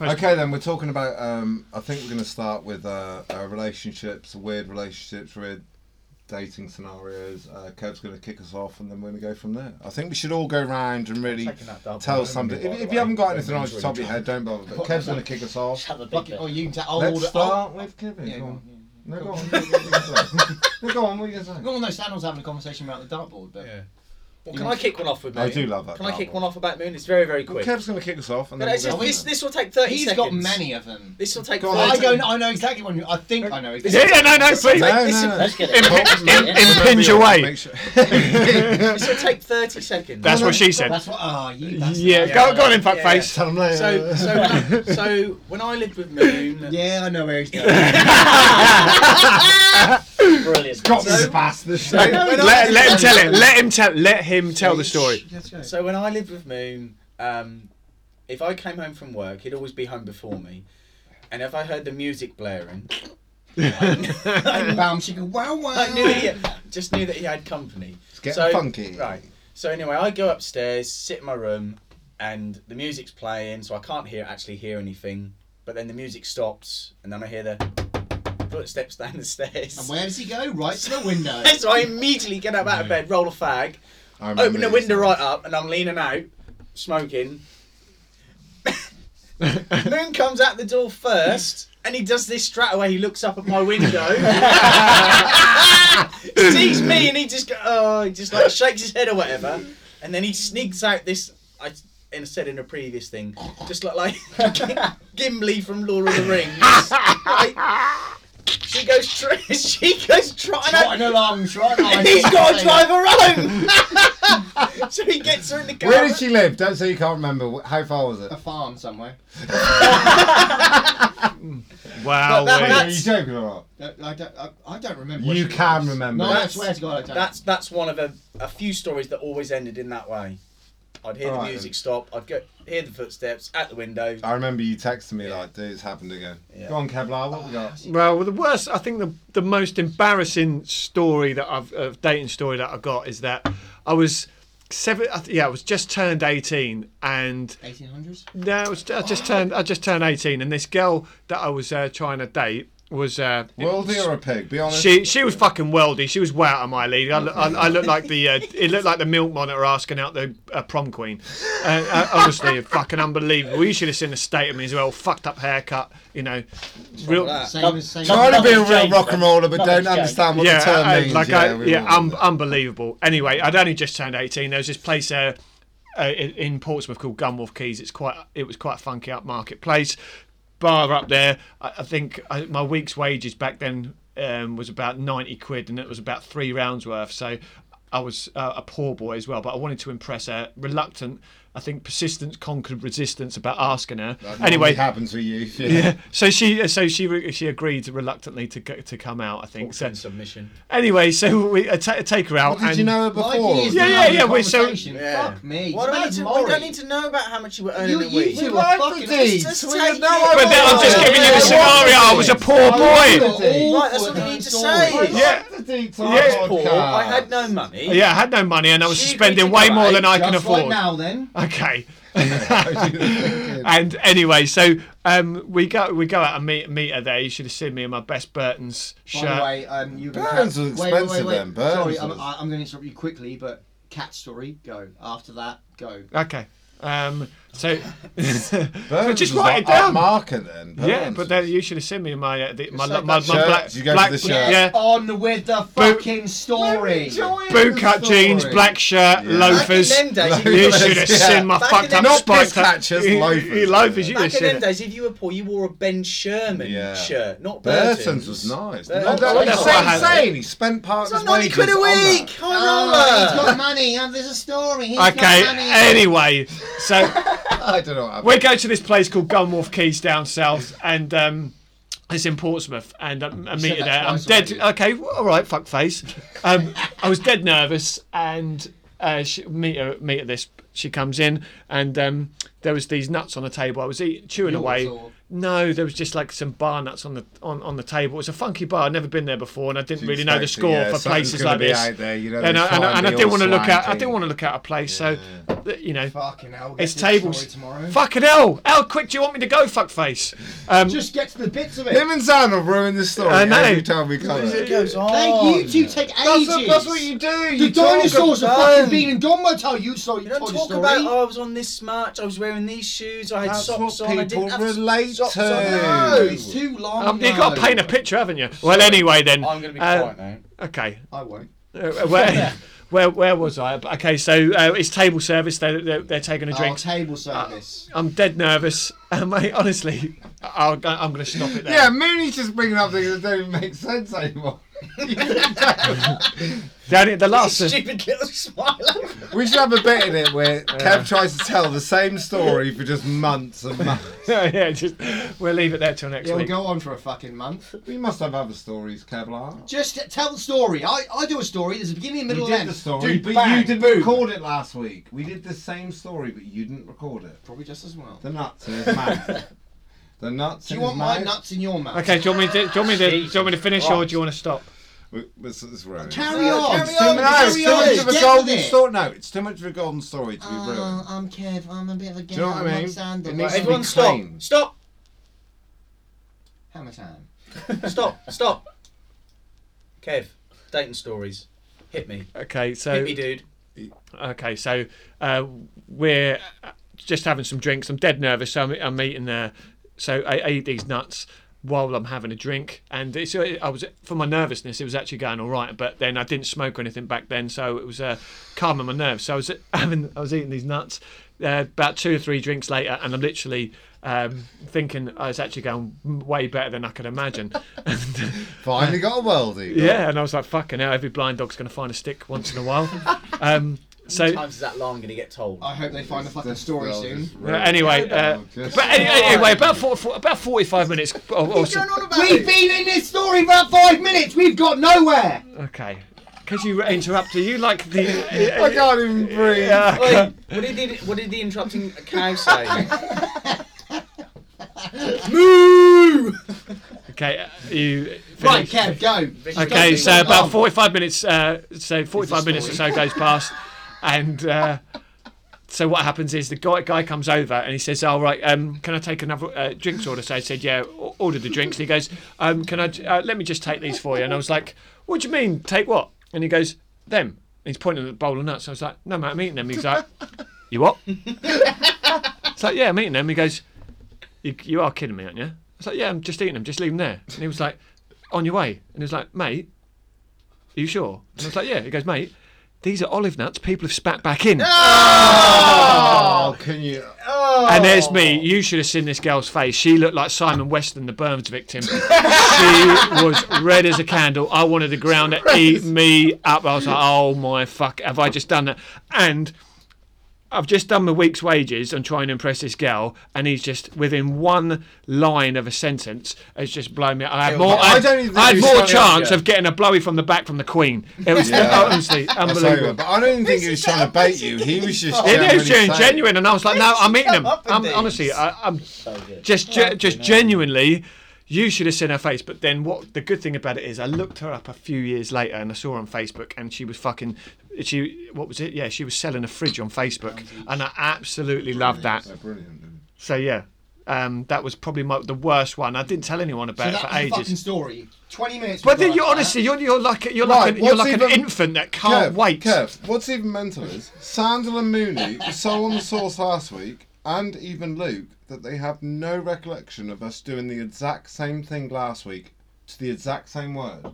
Okay, then we're talking about. Um, I think we're going to start with uh, our relationships, weird relationships, weird dating scenarios. Uh, Kev's going to kick us off, and then we're going to go from there. I think we should all go round and really Taking that double, tell haven't somebody. we, by If, the if way? you haven't got Don't anything mean on to the top of your head, don't bother. But Kev's going to kick us off. Shut the big Like, bit. oh, you can take. I'll Let's order- start with Kevin. Yeah, go go on. on, No, go on. what are you gonna say? No, go on. What are you going to I'll- say? Well, no, Stan was having a conversation about the dartboard, but Yeah. Well, can I kick one off with Moon? I do love that Can I kick dartboard. one off about Moon? It's very, very Well, quick. Kev's going to kick us off, and No, then we'll no, it's go just- from this, there. this will take 30 he's seconds. got many of them. This will take Go on, I 30 don't. I know exactly one. you- I think I know. Is it? Exactly. Yeah, no, no, see. No, this- no, no. let's get Im- impinge Remember away. yours, make sure- This will take 30 seconds. That's what she said. That's what. Ah, you. That's Yeah, the- go, go on in fuck Yeah, face. Tell 'em later. So, so, when I- so when I lived with Moon, Yeah, I know where he's going. brilliant. Got So- this bastard. when I- Let, let him tell it. Let him tell. Let him tell the story. So when I lived with Moon, um, if I came home from work, he'd always be home before me. And if I heard the music blaring, Bam, she go, wow, wow. I knew he just knew that he had company. It's getting so- funky. Right. So anyway, I go upstairs, sit in my room, and the music's playing, so I can't hear actually hear anything. But then the music stops, and then I hear the footsteps down the stairs. And where does he go? Right to the window. so I immediately get up out of bed, roll a fag, I remember open the these window times. right up, and I'm leaning out, smoking. Moon comes out the door first, and he does this straight away. He looks up at my window, sees me, and he just go, oh, he just like shakes his head or whatever, and then he sneaks out this. I and said in a previous thing, just look like Gimli from Lord of the Rings. Like, she goes, tr- she goes trotting out Trotting along, trotting along. and he's got to drive her home. so he gets her in the car. Where did she live? Don't say you can't remember. Wh- How far was it? A farm somewhere. Wow. But that- Are that's- you joking or not? I Uh, I don't, I, I don't remember. You what she can was. remember. No, I That's- swear to God, I don't. That's that's one of a, a few stories that always ended in that way. I'd hear Alright the music stop. I'd go hear the footsteps at the window. I remember you texting me like, dude, it's happened again. Yeah. Ah, Go on, Kevlar, what we got? Well, the worst, I think the the most embarrassing story that I've uh, dating story that I got is that I was seven. I th- Yeah, I was just turned eighteen, and 1800s? no, I, was, I just turned I just turned eighteen, and this girl that I was uh, trying to date was uh, Worldie or a pig? Be honest. She she was fucking weldy. She was way out of my league. I, I, I looked like the uh, it looked like the milk monitor asking out the uh, prom queen. Uh, uh, honestly, fucking unbelievable. You should have seen the state of me as well. Fucked up haircut. You know, real. that? Same Not- as same. Trying to be a Nothing's real changed, rock and roller, but Nothing's don't changed. understand what Yeah, the term I- means. like yeah, I, we yeah, will. um, unbelievable. Anyway, I'd only just turned eighteen. There was this place uh, uh, in in Portsmouth called Gunwolf Keys. It's quite it was quite a funky upmarket place. Bar up there. I, I think I, my week's wages back then um, was about ninety quid, and it was about three rounds worth. So. I was uh, a poor boy as well, but I wanted to impress her. Reluctant, I think persistence conquered resistance about asking her. That normally anyway, happens with youth. Yeah. yeah. So she, so she, re- she agreed reluctantly to go, to come out. I think. So, Send submission. Anyway, so we uh, ta take her out. What, did and you know her before? Like, Yeah, yeah, yeah, wait, so- Yeah. Fuck me. What do I need to, we Murray. don't need to know about how much you were earning You- a you week. two Right are for fucking. these. Just We take- know her But then I'm just before. giving you the Yeah, scenario. I was a poor boy. Awful. Right, that's what you need to say. I Yeah. like the detail Yeah. podcast. Poor, I had no money. Yeah, I had no money and I was She agreed spending to way go more out than I can Just right afford. now, then. Okay. Good. and anyway, so um, we go we go out and meet meet her there. You should have seen me in my best Burton's By shirt. the way, um, you Burns wait, was wait, wait, expensive wait. then, Burns Sorry, I'm, was- I- I'm going to interrupt you quickly, but cat story. Go after that. Go. Okay. Um, so, so Burns just was write like it "Oh, down. upmarket then. yeah, Burns but was- then you should have seen me in my uh, the, my, Just my, like my, that shirt. black You go for black the shirt. Oh, yeah On with the fucking story. boot cut jeans, black Yeah. Back shirt, in loafers. them days, you- You Loafers, should have yeah. seen my Back fucked in them- up Not spiked piss up- catchers, You- You loafers. loafers, you would Back have in seen them it. days, if you were poor, you wore a Ben Sherman Yeah. shirt, not Burton's. Burton's was nice. Burton's. No, Oh, no, that's that's what I had. insane. He spent part It's of like his wages 90 quid a on that. week. High roller. Oh, money. And there's a story. He's Okay, anyway, so I don't know what happened. we go to this place called Gunwharf Keys down south, and um, it's in Portsmouth, and um, I said meet that her there. I'm twice dead. already. Okay, well, all right, fuck face. Um, I was dead nervous, and uh, she, meet her, meet her. This she comes in, and um, there was these nuts on the table. I was eating, chewing Yours away. or- No, there was just like some bar nuts on the on, on the table. It's a funky bar. I'd never been there before, and I didn't You really know the expect it, score yeah, for something's places gonna like be this. out there, you know, and they I, and, try I, and and I be didn't all want to look at I swanky. didn't want to look at a place. So that you know. Fucking hell. It's get destroyed tables. Tomorrow. Fucking hell! How quick do you want me to go, fuckface? Um, Just get to the bits of it. Him and Zan will ruin this story I know. every time we cover Oh, It it. goes on. Hey, you two take That's, ages. what- that's what you do. You the dinosaurs talk are about- fucking being and gone by the time you saw You you don't told the talk story. about oh, I was on this march, I was wearing these shoes, I had That's what socks on, I people didn't have relate socks to. on. no, it's too long. um, no. you've got to paint a picture, haven't you? Well, anyway then. I'm going to be uh, quiet now. Okay. I won't. Uh, where, where where was I? Okay, so uh, it's table service. They're they're, they're taking a Oh, drink. Uh, table service. I'm dead nervous. Um, mate, honestly, I'll, go- I'm going to stop it there. Yeah, Mooney's just bringing up things that don't even make sense anymore. The, only- the last. Stupid little smile. we should have a bit in it where Kev tries to tell the same story for just months and months. yeah, just we'll leave it there till next Yeah, we'll week. go on for a fucking month. We must have other stories, Kevlar. Just t- tell the story. I, I do a story. There's a beginning, a We middle, did and the end. story, Dude, but bang, you didn't boom. record it last week. We did the same story, but you didn't record it. Probably just as well. The nuts in his mouth. The nuts Do you in his want my mouth. nuts in your mouth? Okay, do you want me to do you want me to, do you want me to finish or do you want to stop? W- This is ruined. Carry No, on. carry It's too, on, no, it's carry too on, much of a get with golden it. story. No, it's too much of a golden story to be Oh, ruined. I'm Kev. I'm a bit of a Do gay. you know what I mean? Alexander. It needs to be Everyone stop. clean. Stop. Hammer time. Stop. Stop. Kev, Dayton stories. Hit me. Okay, so Hit me, dude. okay, so uh, we're uh, just having some drinks. I'm dead nervous. So I'm, I'm eating there. So I, I eat these nuts while I'm having a drink, and it's uh, I was for my nervousness. It was actually going all right, but then I didn't smoke or anything back then, so it was uh, calming my nerves. So I was uh, having I was eating these nuts. Uh, about two or three drinks later, and I'm literally um, thinking I was actually going way better than I could imagine. Finally got a worldie. Yeah, and I was like, fucking hell, every blind dog's going to find a stick once in a while. um, so, Times is that long going to get told. I hope they find a fucking This story world soon. is but ruined. anyway, uh, Oh, just- but any, anyway, about four, four, about forty-five minutes. Oh, Or, or so, We've been in this story for about five minutes. We've got nowhere. oh, okay, because you interrupted, you like the. I can't even breathe. uh, Yeah. Wait, what did the what did the interrupting cow say? Moo! Okay, uh, you. Right, Kev, finished? go. Okay, Just so go. about Oh, forty-five minutes. Uh, so forty-five minutes or so goes past, and uh, so what happens is the guy guy comes over and he says, "All right, um, can I take another uh, drinks order?" So I said, "Yeah, o- order the drinks." And he goes, um, "Can I? j- Uh, let me just take these for you." And I was like, "What do you mean, take what?" And he goes, "Them." And he's pointing at the bowl of nuts. I was like, "No, mate, I'm eating them." He's like, "You what?" It's like, "Yeah, I'm eating them." He goes, you, you are kidding me, aren't you? I was like, yeah, I'm just eating them, just leave them there. And he was like, on your way. And he was like, mate, are you sure? And I was like, yeah. He goes, mate, these are olive nuts people have spat back in. Oh, can you? And there's me. You should have seen this girl's face. She looked like Simon Weston, the Burns victim. she was red as a candle. I wanted the ground to eat me up. I was like, oh my fuck, have I just done that? And I've just done my week's wages on trying to impress this girl, and he's just within one line of a sentence has just blown me. out. I had more. I, I don't even think I had you more started off chance yet. of getting a blowy from the back from the Queen. It was Yeah. Oh, honestly That's over. unbelievable. But I don't think he was trying to bait you. He was just. It is generally gen- saying- genuine, and I was like, no, I'm eating them. up with I'm, these? honestly, I, I'm just ge- just genuinely. You should have seen her face, but then what? The good thing about it is, I looked her up a few years later, and I saw her on Facebook, and she was fucking. She what was it? Yeah, she was selling a fridge on Facebook, and I absolutely loved that. They're brilliant. So yeah, um, that was probably my, the worst one. I didn't tell anyone so about that it for was the fucking ages. story. Twenty minutes. But we then got you like that. honestly, you're, you're like you're Right, like an, you're what's like an even- infant that can't Kev, wait. Kev, what's even mental is Sandal and Mooney were so on the source last week, and even Luke, that they have no recollection of us doing the exact same thing last week to the exact same word.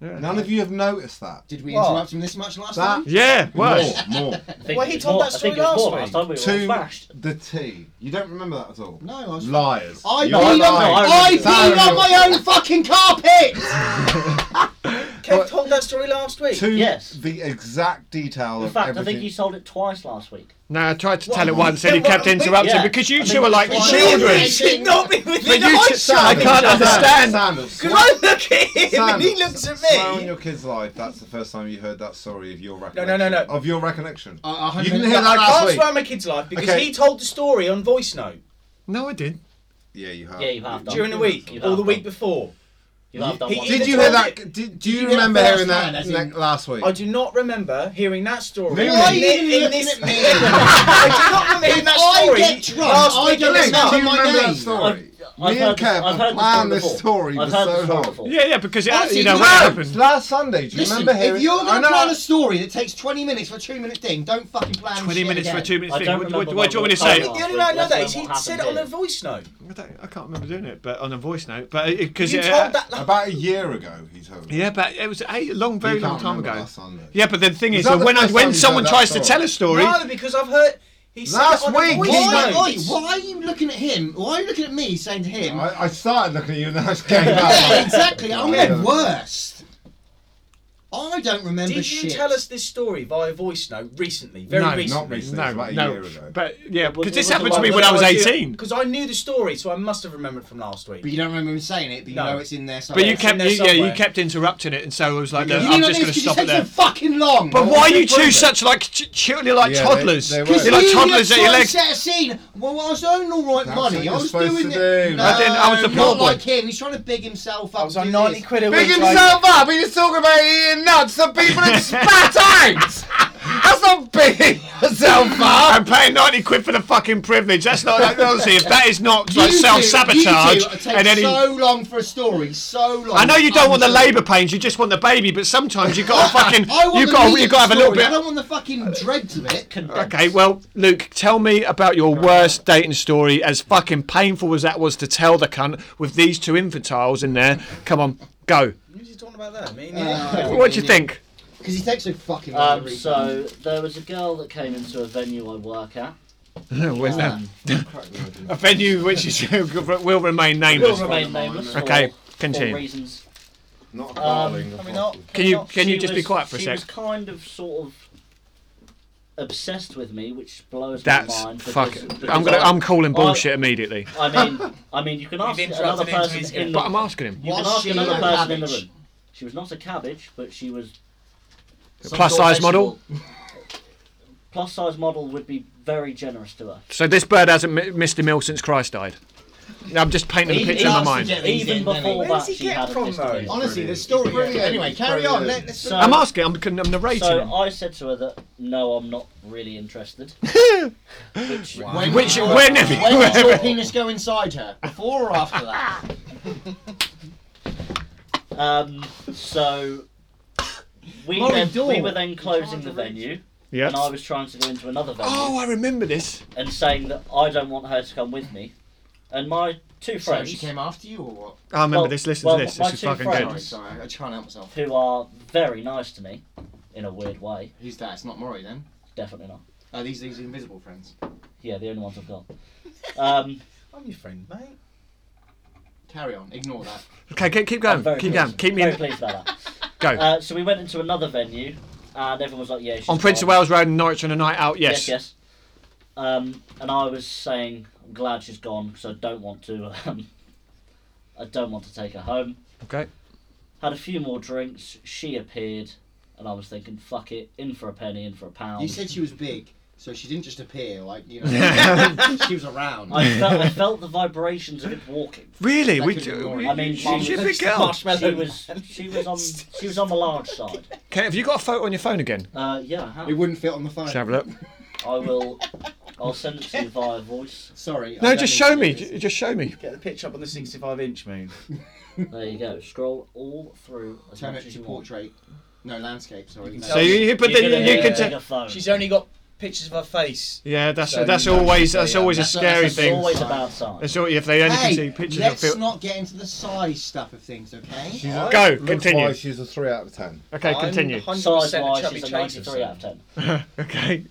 Yeah. None of you have noticed that. Did we What? interrupt him this much last That time? Yeah, worse. more, more. I think Well, it he was told more- that I think story it was last more week. time we were all Two flashed. the T. You don't remember that at all. No, I was. Liars. I You peed are on, lying. I peed Sandal- on my own fucking carpet. Uh, Kev told that story last week. To Yes. the exact detail In of fact, I everything. think you sold it twice last week. No, I tried to tell it once, and he what- kept what- interrupting yeah. because you I two think are it like was children. It should not be But within you two- I eyeshot. can't understand. Sandals. Because I look at him and he Sandals. looks at Swear on me. your kid's life. That's the first time you heard that story of your no, recollection. no, no. Of your recollection. Uh, I- I you didn't haven't- hear I that last can't week. swear on my kid's life because Okay. he told the story on voice note No, I did. Yeah, you have. Yeah, you have done. during the week You or have the week done. before. You know, I've done He- one he Did before. you hear that? Did, do, you hear the remember first hearing that one, as ne- in- last week? I do not remember hearing that story. Really? Why are you In- looking in this- at me? I do not remember hearing that I story. get drunk, last I week get in the Nick, remember summer. do you my remember that name. story? I've Me heard and this- I've Kev heard were this planned this before. story I've for heard so this story long. before. Yeah, yeah, because it, Honestly, you know No, what no. it's happened. last Sunday. Do you Listen, remember hearing? if you're I going to know. plan a story that takes 20 minutes for a two minute thing, don't fucking plan 20 shit minutes for a again. two minute I thing. don't What, what, remember what do you want me to what say? it The was. only way I know That's that when is what he happened said it on here. a voice note. I, don't, I can't remember doing it, but on a voice note. But because You it, uh, told that. like, About a year ago, he told me. Yeah, but it was a long, very You long can't time remember ago. last Sunday. Yeah, but the thing Was is, that that the when I, first time when you someone heard that tries to story? tell a story, No, because I've heard. He said Last it on a week, voice he Why, went- why, note. why are you looking at him? Why are you looking at me saying to him, I, I started looking at you and I just came back. Yeah, exactly. I'm Yeah. the worst. I don't remember Did you shit. tell us this story via voice note recently? Very No, not recently. Not recently. no, it's about a no, year ago. but yeah, was- because it this was happened the to me one when I was eighteen. Because I knew the story, so I must have remembered from last week. But you don't remember him saying it, but you No. know it's in there somewhere. But you it's in kept, there you, yeah, you somewhere. kept interrupting it, and so I was like, You no, didn't I'm know just this going to 'cause stop it it takes there. so fucking long. But why are you two improvement. such like ch- children? You're like Yeah, they- toddlers. they were. You're like you toddlers just at your tried to legs. set a scene. Well, I was earning all right That's what money. you're I was supposed to doing it. do. No, I didn't- I was the poor not boy. like him. He's trying to big himself up. I was on doing 90 this. quid a Big week. like- himself up. He just talking about eating nuts that people had spat out. That's not bigging yourself up. I'm paying 90 quid for the fucking privilege. That's not, like, honestly, if that is not You like two- self You sabotage two, it takes and any. so long for a story. So long. I know you don't want the I'm sorry. labour pains, you just want the baby, but sometimes you've got to fucking. I want You've the got, meat you've of got to the have a little story. I bit. don't want the fucking dread to it. Okay, well, Luke, tell me about your worst dating story, as fucking painful as that was to tell the cunt with these two infantiles in there. Come on, go. Who's he talking about that? Me and you? Uh, What do you think? Because he takes so fucking long. to Um, read. so there was a girl that came into a venue I work at. Where's that? Um, A venue which is, will remain will nameless. remain eh? nameless. for- Okay, For continue. reasons. Um, Not darling, Can we not? Can you Not- can you she just be was- quiet for a she sec? was kind of sort of obsessed with me, which blows That's my mind. fuck. because- because I'm gonna I- I'm calling I- bullshit immediately. I mean, I mean, you can ask You've another interrupted into person his- in the But I'm asking him. You can Was ask she another a person in the cabbage? room. She was not a cabbage, but she was A plus size model. plus size model would be very generous to her. So this bird hasn't mi- missed a meal since Christ died. I'm just painting a He- picture in he my asked mind. to get- He's Even getting before money. Where does that, he she get had a from, history. though? Honestly, the story. Brilliant. Anyway, carry on. Let, let's. So, I'm asking. I'm, I'm narrating. so him. I said to her that no, I'm not really interested. Which, When- Which uh, when have you- When did your penis go inside her? Before or after that? um, so we Molly then, Dawn. we were then closing the venue, yeah. and I was trying to go into another venue Oh, I remember this. and saying that I don't want her to come with me, and my two So friends she came after you or what? Oh, I remember Well- this. Listen well, to this. my This is two fucking friends- Sorry, good. sorry. I try and help myself. who are very nice to me, in a weird way, Who's that? It's not Maury then. definitely not. Oh, these these invisible friends. Yeah, the only ones I've got. Um, I'm your friend, mate. Carry on. Ignore that. Okay, keep, keep going. I'm very Keep pleased. going. Keep me very in. pleased about that. Go. Uh, so we went into another venue, and everyone was like, "Yeah." She's On Prince of gone. Wales Road in Norwich on a night out. Yes, Yes. yes. Um, and I was saying, "I'm glad she's gone because I don't want to. Um, I don't want to take her home." Okay. Had a few more drinks. She appeared, and I was thinking, "Fuck it, in for a penny, in for a pound." You said she was big, so she didn't just appear like you know. she was around. I felt, I felt the vibrations of it walking. Really? That We could be do. more. we- I mean, she- she's a Mum- big girl. She was, she was on, she was on the large side. Okay, have you got a photo on your phone again? Uh, yeah, I It have. wouldn't fit on the phone. Should I have a look. I will. I'll send it to you via voice. Sorry. I No, don't just need show to me. do this. j- Just show me. Get the picture up on the 65 inch moon. There you go. Scroll all through as Turn much it as to you want. portrait. No landscape. Sorry. You can No. So you, you but You're then gonna you, need can. to T- take a phone. She's only got pictures of her face. yeah, that's So that's you know always she's a, that's um, always a that's- scary that's It's thing. always about size. That's all, if they only Hey, can see pictures of let's people. not get into the size stuff of things, okay? She's Go, looks continue. wise, she's a three out of ten. Okay, I'm continue. 100% Size a wise, chubby she's a Chase 93 out of 10. okay.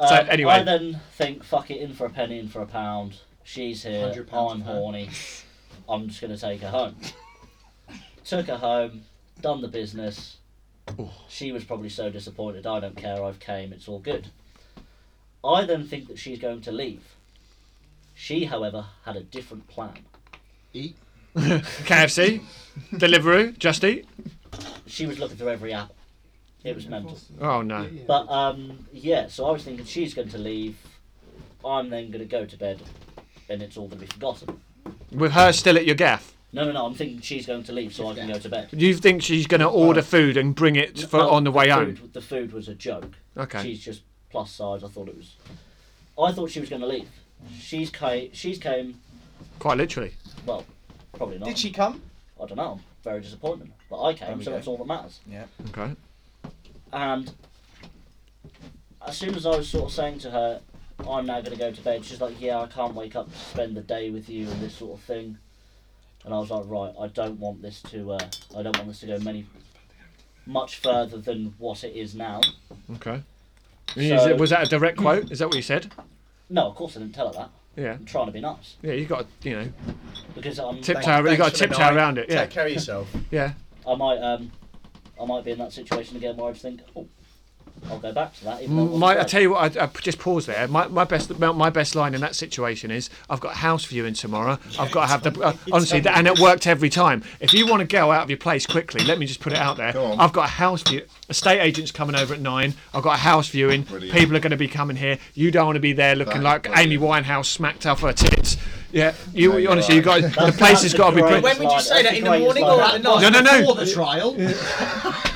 Uh, So, anyway. I then think, fuck it, in for a penny, in for a pound. She's here. 100 pounds I'm of her. horny. I'm just gonna take her home. Took her home. Done the business. She was probably so disappointed. I don't care. I've came. It's all good. I then think that she's going to leave. She, however, had a different plan. Eat. KFC, Deliveroo, Just Eat. She was looking through every app. It was mental. Oh no. But um, yeah, so I was thinking she's going to leave. I'm then going to go to bed, and it's all going to be forgotten. With her still at your gaff. No, no, no. I'm thinking she's going to leave, so I can go to bed. You think she's going to order food and bring it for Oh, on the way home? Food, the food was a joke. Okay. She's just plus size. I thought it was. I thought she was going to leave. She's came. She's came. Quite literally. Well, probably not. Did she come? I don't know. I'm very disappointed. But I There came, we so go. that's all that matters. Okay. And as soon as I was sort of saying to her, I'm now going to go to bed, she's like, Yeah, I can't wake up to spend the day with you and this sort of thing. And I was like, Right, I don't want this to, uh, I don't want this to go many, much further than what it is now. Okay. Is it- was that a direct quote? Is that what you said? No, of course I didn't tell her that. Yeah. I'm trying to be nice Yeah. You got to, you know, because I'm. Tip- Thank- Tower, you thanks gotta for the tiptoe night. around it, yeah. Take care of yourself. yeah. I might, um, I might be in that situation again where I just think, Oh, I'll go back to that. Even though it wasn't Mm. My, I right." tell you what, I, I just pause there. My, my best my- my best line in that situation is, I've got house viewing tomorrow. I've got to have the uh, honestly, and it worked every time. If you want to go out of your place quickly, let me just put it out there. Go on. I've got a house view. Estate agents coming over at nine. I've got a house viewing. Brilliant. People are going to be coming here. You don't want to be there looking That's like brilliant. Amy Winehouse smacked up her tits. Yeah, you, No, you you're honestly, you got right. the place has got to be. That's Pre- When the would you Slide, say that? that's In the the great morning slide. or at night? No, no, no. Before the trial,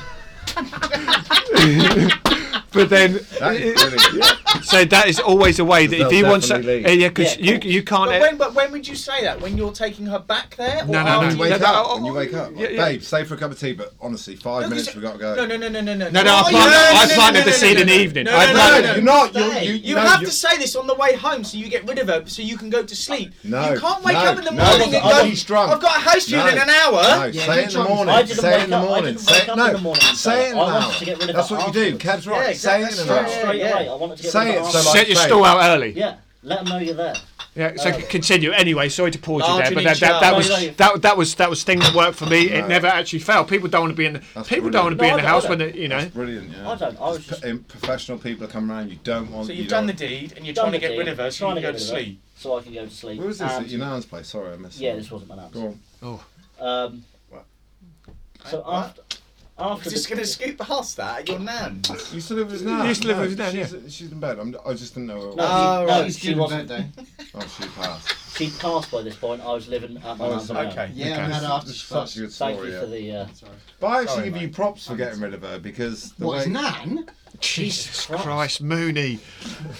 but then, That is brilliant. so that is always a way that if They'll you want, so, definitely yeah, leave. because Yeah, you cool. you can't. e-, But when, but when would you say that? When you're taking her back there? Or No, no, When after you no, you- wake no, up, oh, when you wake up, like, yeah, yeah. babe, stay for a cup of tea, but honestly, five minutes we got to go. No, no, no, no, no, no. No, no, I Oh, planted- yeah, I no, no, planted no, the no, seed no, in no, the no. evening. No, I no, No, no, planted- no. you're not. You, Stay. you, You no, have you- to say this on the way home so you get rid of her so you can go to sleep. No, you can't wake no, up in the no, morning and I go, was drunk. I've got a house viewing No, in an hour. No, Yeah, say it in you the drunk. morning. I didn't say it wake in the up- I morning. didn't Say wake it, up no, in the morning, say it in so an I wanted hour. to get rid of That's her what you do. afterwards. Cad's right. Yeah, exactly. Say it in an That's hour. right. straight Yeah. away. I want to get Say rid it, of so her. like- Set your Right. stall out early. yeah, let them know you're there. Yeah, Uh, so continue. Anyway, sorry to pause you Large there, and but that, in that, that charge. was No, no, you- that, that was that was thing that worked for me. It No. never actually failed. People don't want to be in the That's people brilliant. don't want to be in No, I the don't- house I when they, you know. Brilliant. Yeah. I don't. I was just P- in- professional people that come around. You don't want. So you've you done the don't- deed and you're done trying to the get deed, rid of her so trying you can go to rid of her sleep. So I can go to sleep. Where was this? and- At your nan's place. Sorry, I missed. yeah, it. this wasn't my nan's. Go on. Um, What? so What? after, after I'm just the- going to scoop past that at your nan. You still live with his nan. You used to live No, with his nan, She's, she's in bed. I'm, I just didn't know. Where it No, was. Oh, she, right. no, She's she due wasn't. birthday. Oh, she passed. She passed by this point. I was living at my Oh, nan's. alone. okay. Yeah, I'm Okay. glad after This is she such a first. good Thank story. you yeah. for the. Uh, Sorry. But I actually Sorry, give you mate. props for getting rid of her because the What way is Nan? Jesus Christ. Christ, Mooney.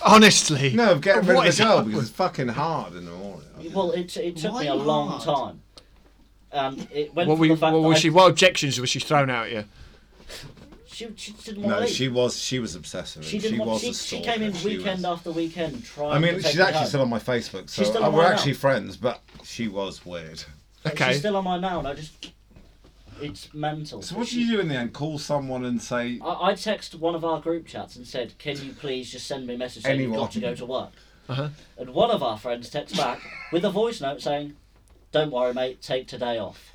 Honestly. no of getting rid What of is the girl up because with- it's fucking hard in the morning. I didn't- uh, well, it, it took me Why a long not? time. And it went What were from you, the fact what that was I- she? What objections was she thrown at you? she, she didn't want to no, leave. she was she was obsessive. She didn't want. was She, a she stalker. came in She weekend was- after weekend trying. I mean, to take she's me actually home. still on my Facebook, so She's still uh, on we're mine now. actually friends. But she was weird. But Okay. She's still on mine now, and I just. It's mental. So what do She- you do in the end? Call someone and say I, I texted one of our group chats and said, "Can you please just send me a message saying you've Anyone. got to go to work?" Uh-huh. And one of our friends texts back with a voice note saying, "Don't worry, mate. Take today off."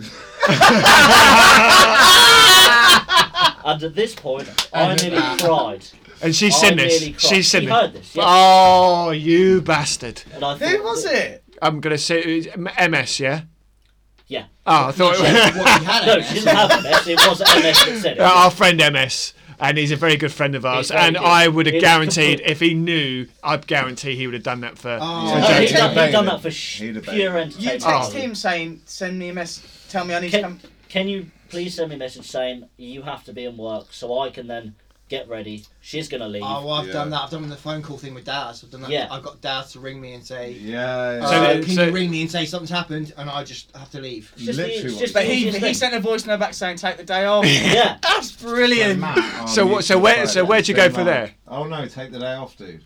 and at this point, I nearly cried. And she's I seen this. nearly cried. She's seen She this. heard this, yeah. Oh, you bastard! And I Ah. Who thought was that- it? I'm gonna say it was M- MS. Yeah. Yeah. Oh, I thought it was. What we had No, no, she didn't have MS. It was MS that said it. Uh, our friend MS, and he's a very good friend of ours. He's very And good. I would have He's guaranteed, complete- if he knew, I'd guarantee he would have done that for. Oh. for No, he'd, James. He'd have done, he'd been done it. that for sh- He'd have been pure it. You entertainment. Oh, text value. him saying, send me a message, tell me I need to Can, come. can you please send me a message saying you have to be in work so I can then get ready? She's gonna leave. Oh, well, I've Yeah. done that. I've done the phone call thing with Dad. I've done that. Yeah. I've got Dad to ring me and say, yeah. uh, So that- "Can so- you ring me and say something's happened?" And I just have to leave. It's just the- literally it's what just But the he, easiest he thing. sent a voice note back saying, take the day off. Yeah, That's brilliant. um, So what- so where- so where'd you go for there? Oh no, take the day off, dude.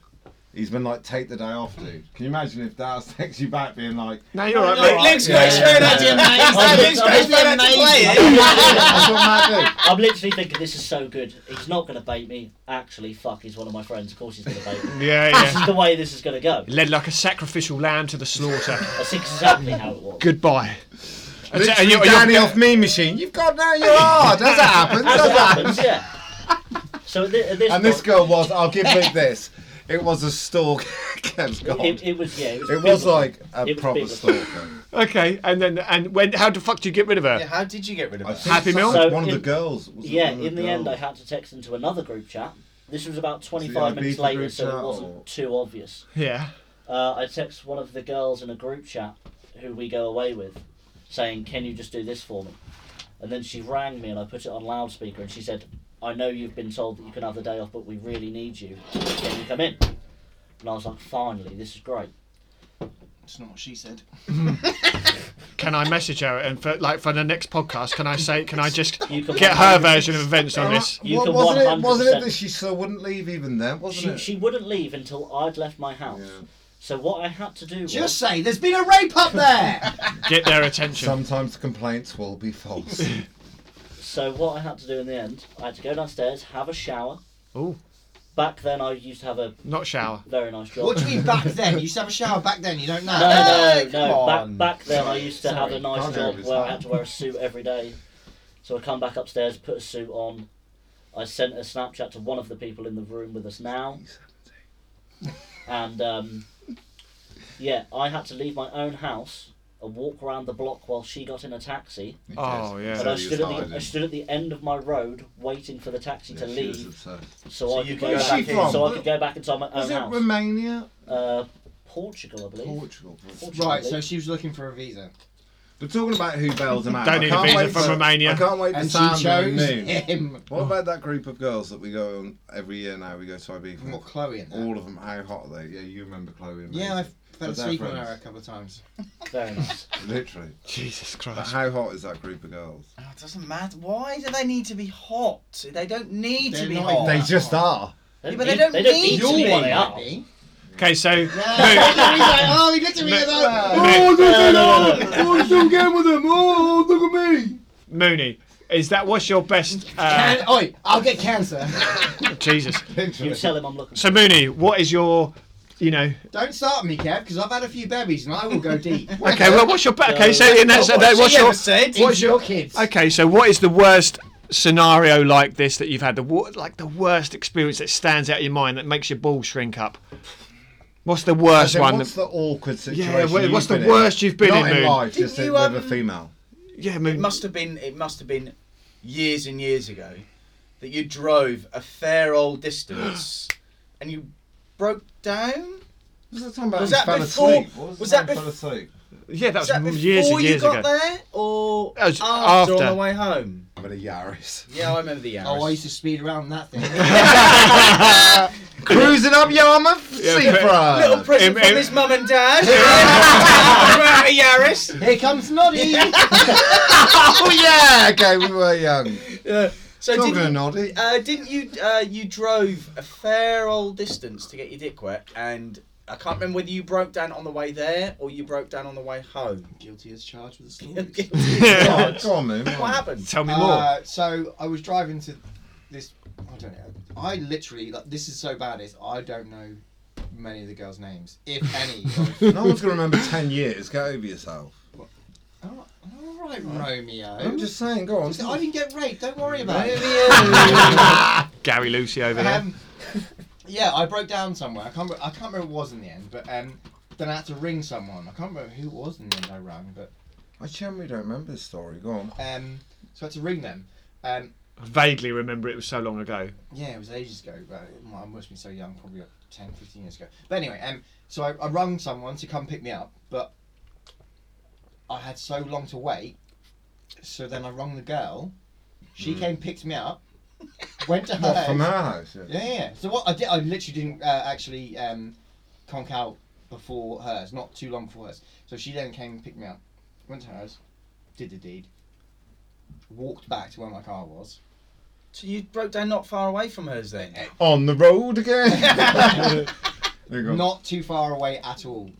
He's been like, take the day off, dude. Can you imagine if Dad texts you back being like, No, you're all right, Look, mate. Luke's Yeah, got his phone out to yeah, him, mate. He's got Luke's got his phone out to play it. that's what Matt I'm literally thinking this is so good. He's not gonna bait me. Actually, fuck, he's one of my friends. Of course he's gonna bait me. Yeah, this yeah. is the way this is gonna go. Led like a sacrificial lamb to the slaughter. That's exactly how it was. Goodbye. do. And so- and Literally, you're- you're- Danny off me machine. You've got now you're hard. Does that happen? As Does it that happens, yeah. So at, thi- at this And point, this girl was. I'll give Luke this. It was a stalk. Kev's gone. it, It, it was yeah. It was, was biblical. like a It was proper biblical. stalker. Okay, and then and when? How the fuck do you get rid of her? Yeah, how did you get rid of I her? think Happy Meal? someone- So One of the in- girls. was it Yeah, one of in the end, I girls? had to text into another group chat. This was about So 25 you minutes had a beef later, group so chat it wasn't or- too obvious. Yeah. Uh, I text one of the girls in a group chat who we go away with, saying, Can you just do this for me? And then she rang me and I put it on loudspeaker and she said, I know you've been told that you can have the day off, but we really need you. Can you come in? And I was like, Finally, this is great. It's not what she said. Can I message her and for like for the next podcast? Can I say? Can I just You can get her version of events on this? You Wa- can wasn't, it, 100% wasn't it that she still wouldn't leave even then, She, wasn't it? she wouldn't leave until I'd left my house. Yeah. So what I had to do was Just say, there's been a rape up there! Get their attention. Sometimes complaints will be false. So what I had to do in the end, I had to go downstairs, have a shower. Ooh. Back then, I used to have a Not shower. very nice job. what do you mean back then? You used to have a shower back then, you don't know. No, no, Hey, no. come Back, on. back then, I used to have a Sorry, nice can't job do it. where I had to wear a suit every day. So I come back upstairs, put a suit on. I sent a Snapchat to one of the people in the room with us now, and um, yeah, I had to leave my own house and walk around the block while she got in a taxi. Oh, yeah. And So I stood at the I stood at the end of my road waiting for the taxi to leave. So, So I you could go could go back back in. in. So I could go back inside my own Was it house. Romania? uh, Portugal, I believe. Portugal. Portugal, I Right, believe. so she was looking for a visa. We're talking about who bails them out. Don't I need a can't visa wait from for- Romania. I can't wait for And Sam she to chose move. him. What about that group of girls that we go on every year now? We go to Ibiza. What, Chloe in there? All of them. How hot are they? Yeah, you remember Chloe and Yeah, I fell But they're asleep on friends. her a couple of times. very nice. I... literally. Jesus But Christ. how hot is that group of girls? Oh, it doesn't matter. Why do they need to be hot? They don't need They're to be not- hot. They just are. Yeah, but they don't need need to to be. be. They are. Maybe. Okay, so Yeah. He's like, oh, he looked at me as though. Mo- Mo- No, no, no, no. oh, I'm still game with them. Oh, look at me. Mooney, is that what's your best? Uh, Can- Oi, I'll get cancer. Jesus. You tell him I'm looking. So Mooney, what is your, you know? Don't start me, Kev, because I've had a few babies and I will go deep. Okay, well, what's your best? Okay, so in that, so that what's she your? ever said? What's your your? kids? Okay, so what is the worst scenario like this that you've had? The wor- like the worst experience that stands out in your mind that makes your balls shrink up. What's the worst one? What's the awkward situation? Yeah, wha- what's you've the been in? worst you've been Not in, in Moon? life, Didn't just in- you, with a um, female. yeah, Moon. It must have been. It must have been years and years ago that you drove a fair old distance and you broke down. Was that time about Was you that fell before- asleep? What was the that time you fell asleep? yeah, that Was was, that before years and years you got ago. there, or That was after, after. on the way home? I'm in a Yaris. Yeah, I remember the hours. Oh, I used to speed around that thing. Cruising up Yarmouth, Yeah, sea but- fry. Little present Em- from em- his mum and dad. Out of Yaris. Here comes Noddy. Oh yeah, okay, we were young. Yeah. So Talking did to you, Noddy. uh, didn't you? Uh, you drove a fair old distance to get your dick wet, and I can't remember whether you broke down on the way there or you broke down on the way home. Guilty as charged with assault. what Go on, go on, Moon. go on. happened? Tell me more. Uh, so I was driving to this. I don't know. I literally like this is so bad. Is I don't know many of the girls' names, if any. No one's gonna remember ten years. Get over yourself. All right, Romeo. I'm just saying. Go on. I didn't get raped. Don't worry about it. Gary Lucy over there. Um, yeah, I broke down somewhere. I can't. Remember, I can't remember what it was in the end, but um, then I had to ring someone. I can't remember who it was in the end. I rang, but I generally don't remember this story. Go on. um, so I had to ring them. Um, I vaguely remember it was so long ago. yeah, it was ages ago, but it- I must be so young, probably like 10, 15 years ago. But anyway, um, so I, I rung someone to come pick me up, but I had so long to wait. So then I rung the girl. She came, picked me up, went to her. What from house. our house? Yeah. Yeah, yeah. So what I did, I literally didn't uh, actually um, conk out before hers, not too long before hers. So she then came and picked me up, went to hers, did the deed, walked back to where my car was. So you broke down not far away from hers then. On the road again. There you go. Not too far away at all.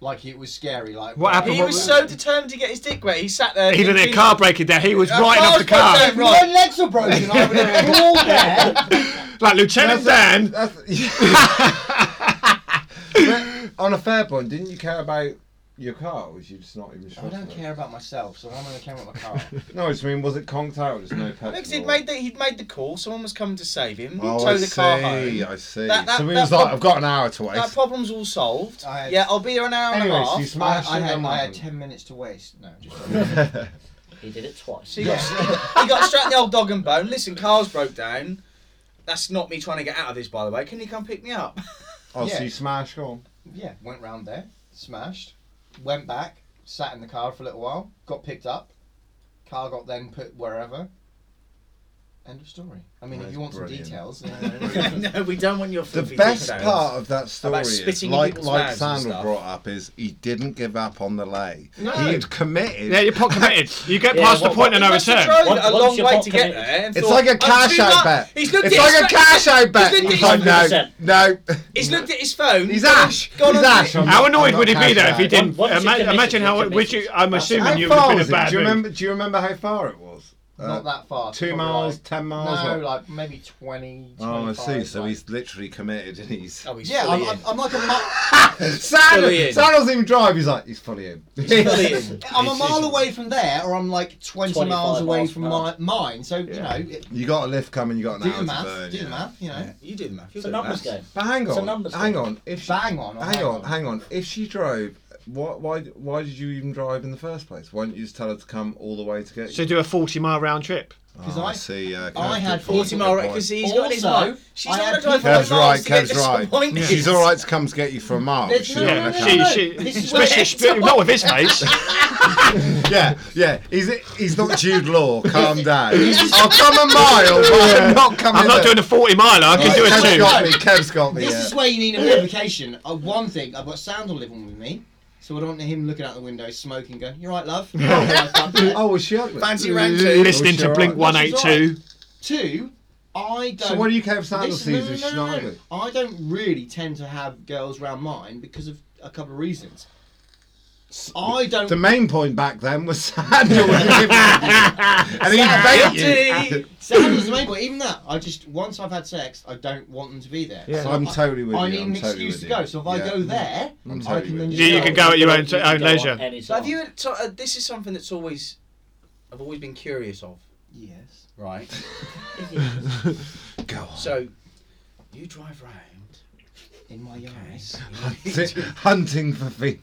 Like it was scary. Like What happened? He was so determined to get his dick wet. He sat there. Even their thinking- car breaking down, he was Uh, writing cars off the car. breaking If my legs were broken, I would have been all there. Like Lieutenant Dan. That's- on a fair point, didn't you care about your car? Or was you just not even sure? I don't care about myself, so I'm gonna care about my car. No, I just mean, was it conked out? There's no petrol. Because he'd made the he'd made the call. Someone was coming to save him. Oh, tow I the see. car home. I see. That- that- so he that was like, prob- I've got an hour to That waste. problem's all solved. I had- Yeah, I'll be there an hour Anyway, and a so half. you I, I, smashed it. had, then I what had happened? ten minutes to waste. No, just He did it twice. So he, got, he got straight in the old dog and bone. Listen, car's broke down. That's not me trying to get out of this, by the way. Can you come pick me up? Oh, Yeah. so you smashed on. yeah. Went round there, smashed, went back, sat in the car for a little while, got picked up, car got then put wherever. End of story. I mean, if That's you want some brilliant. details, no, we don't want your The fluffy best details. part of that story is, spitting in like people's like mouths and Sandra stuff. brought up, is he didn't give up on the lay. No. He'd committed. Yeah, you're pot committed. You get Yeah, past what- the point what- of no Must have return. drove Once- a once long you're way pot to get committed. there. and It's thought, like a "I'm cash too out much- bet. He's looked It's at his like a phone- cash out bet. looked at He's his- like, no, 100%. no. He's looked at his phone. He's gone- Ash. gone He's on- Ash. I'm How not- annoyed I'm would he not be though if he cash out. didn't? Once you're Ima- committed, imagine you're how. Would committed. you? I'm That's- assuming how you would far have been a was it? bad Do you move. remember? Do you remember how far it was? Uh, not that far. Two probably miles, like- ten miles. No, or- like maybe 20. oh, I see. 25, So like- he's literally committed, and he's. Oh, he's Yeah, fully I'm, in. I'm, I'm like a mile. Sandra, in. Sandra doesn't even drive. He's like, he's fully in. fully in. I'm a He's- mile away from there, or I'm like 20 25 miles away miles from per my, hour. mine. So you know, it, You got a lift coming. You got an do hour the math. to burn. do yeah. the math. You know, You did the math. It's a numbers game. But hang It's a on, numbers hang game. on. If she, bang on. or hang on, hang on. If she drove, why, why, why did you even drive in the first place? Why didn't you just tell her to come all the way to get So you? do a 40 mile round trip. Because Oh, I- see. Uh, I had 40 mile right because he's got in his Also, mind. She's I not had going to drive 40 people- Kev's right. miles to get Kev's to some right. point. She's all right to come to get you for a mile. but There's She's no- not no, gonna no, come. She, no. she, This is especially sp- not with his face. Yeah, yeah. He's he's not Jude Law. Calm down. I'll come a mile, but I'm not coming. I'm not doing a 40 miler. I can do Kev's a got me. Kev's got me. This yeah. is where you need a lubrication. Uh, one thing, I've got Sandal living with me, so I don't want him looking out the window, smoking, going, "You're right, love." oh, was she ugly? Fancy two. ranking. Listening Oh, to sure. Blink 182. Two, I don't. So what do you Kev Sandal Listen, no, sees if no, she's no, not no. ugly? I don't really tend to have girls round mine because of a couple of reasons. I don't. The main point back then was Sandal, and he bait you. Sandal's the main point. Even that, I just once I've had sex, I don't want them to be there. Yeah. So I'm I- totally with I you, need I'm an totally excuse with to you. go. So if I Yeah. go there, I'm I totally can with then you. just Yeah, you could go at your own, own leisure. So have you? So, uh, this is something that's always I've always been curious of. Yes. Right. Go on. So you drive round. In my eyes. Sit- hunting for feet.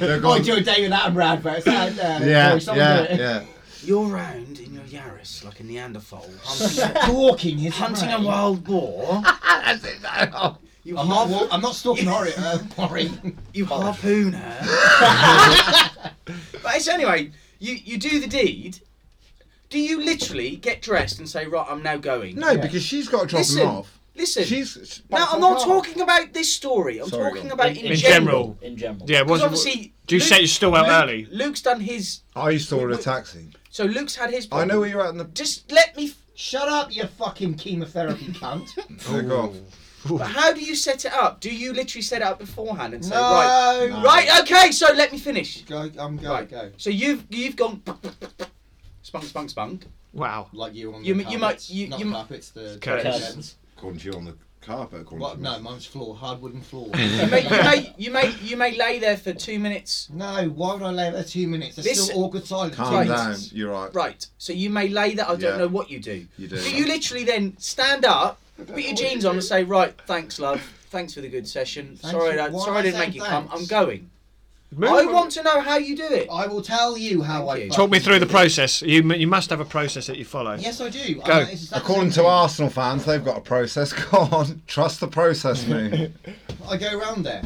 They're I gone. do a day without a Brad, but it's out there. yeah, Boy, Uh, someone do yeah, it. yeah. You're round in your Yaris like a Neanderthal, hunting, Stalking his hunting prey. a wild boar. That's it. no. You I'm not, har- wa- I'm not stalking Ori. Uh, Ori. you harpoon her. but it's anyway. You you do the deed. Do you literally get dressed and say, right, I'm now going? No, because she's got to drop Listen. him off. Listen. She's. No, I'm not talking about this story. I'm Sorry, talking go on. about in, in general. general. In general. Yeah, Because was obviously, Do you Luke- say you're still out Luke- early? Luke's done his. I used to order a taxi. So Luke's had his. I Problem. know where you're at in the. Just let me. f- Shut up, you fucking chemotherapy cunt. Oh, God. But how do you set it up? Do you literally set it up beforehand and say, right, no. No. right, okay, so let me finish. Go, I'm going, Right. go. So you've you've gone. Spunk, spunk, spunk. Wow. Like you on You the m- you carpets. might- you- Not you the m- carpets, the Curtains. curtains. According to you on the carpet, according What? to No, me. mine's floor, hard wooden floor. You may, you may you may you may lay there for two minutes. no, why would I lay there two minutes? There's This- still awkward silence. Calm Right. down. You're right. Right. So you may lay there. I don't Yeah. know what you do. You do. Do you literally then stand up, put your jeans on, and say, right, thanks, love. Thanks for the good session. Thanks sorry, for- I, why sorry I didn't say make you come. I'm thanks? going. Move I on. want to know how you do it. I will tell you how Thank I. you. fucking Talk me through the do it. process. You you must have a process that you follow. Yes, I do. Go. According to Arsenal fans, they've got a process. Go on, trust the process, me. I go around there.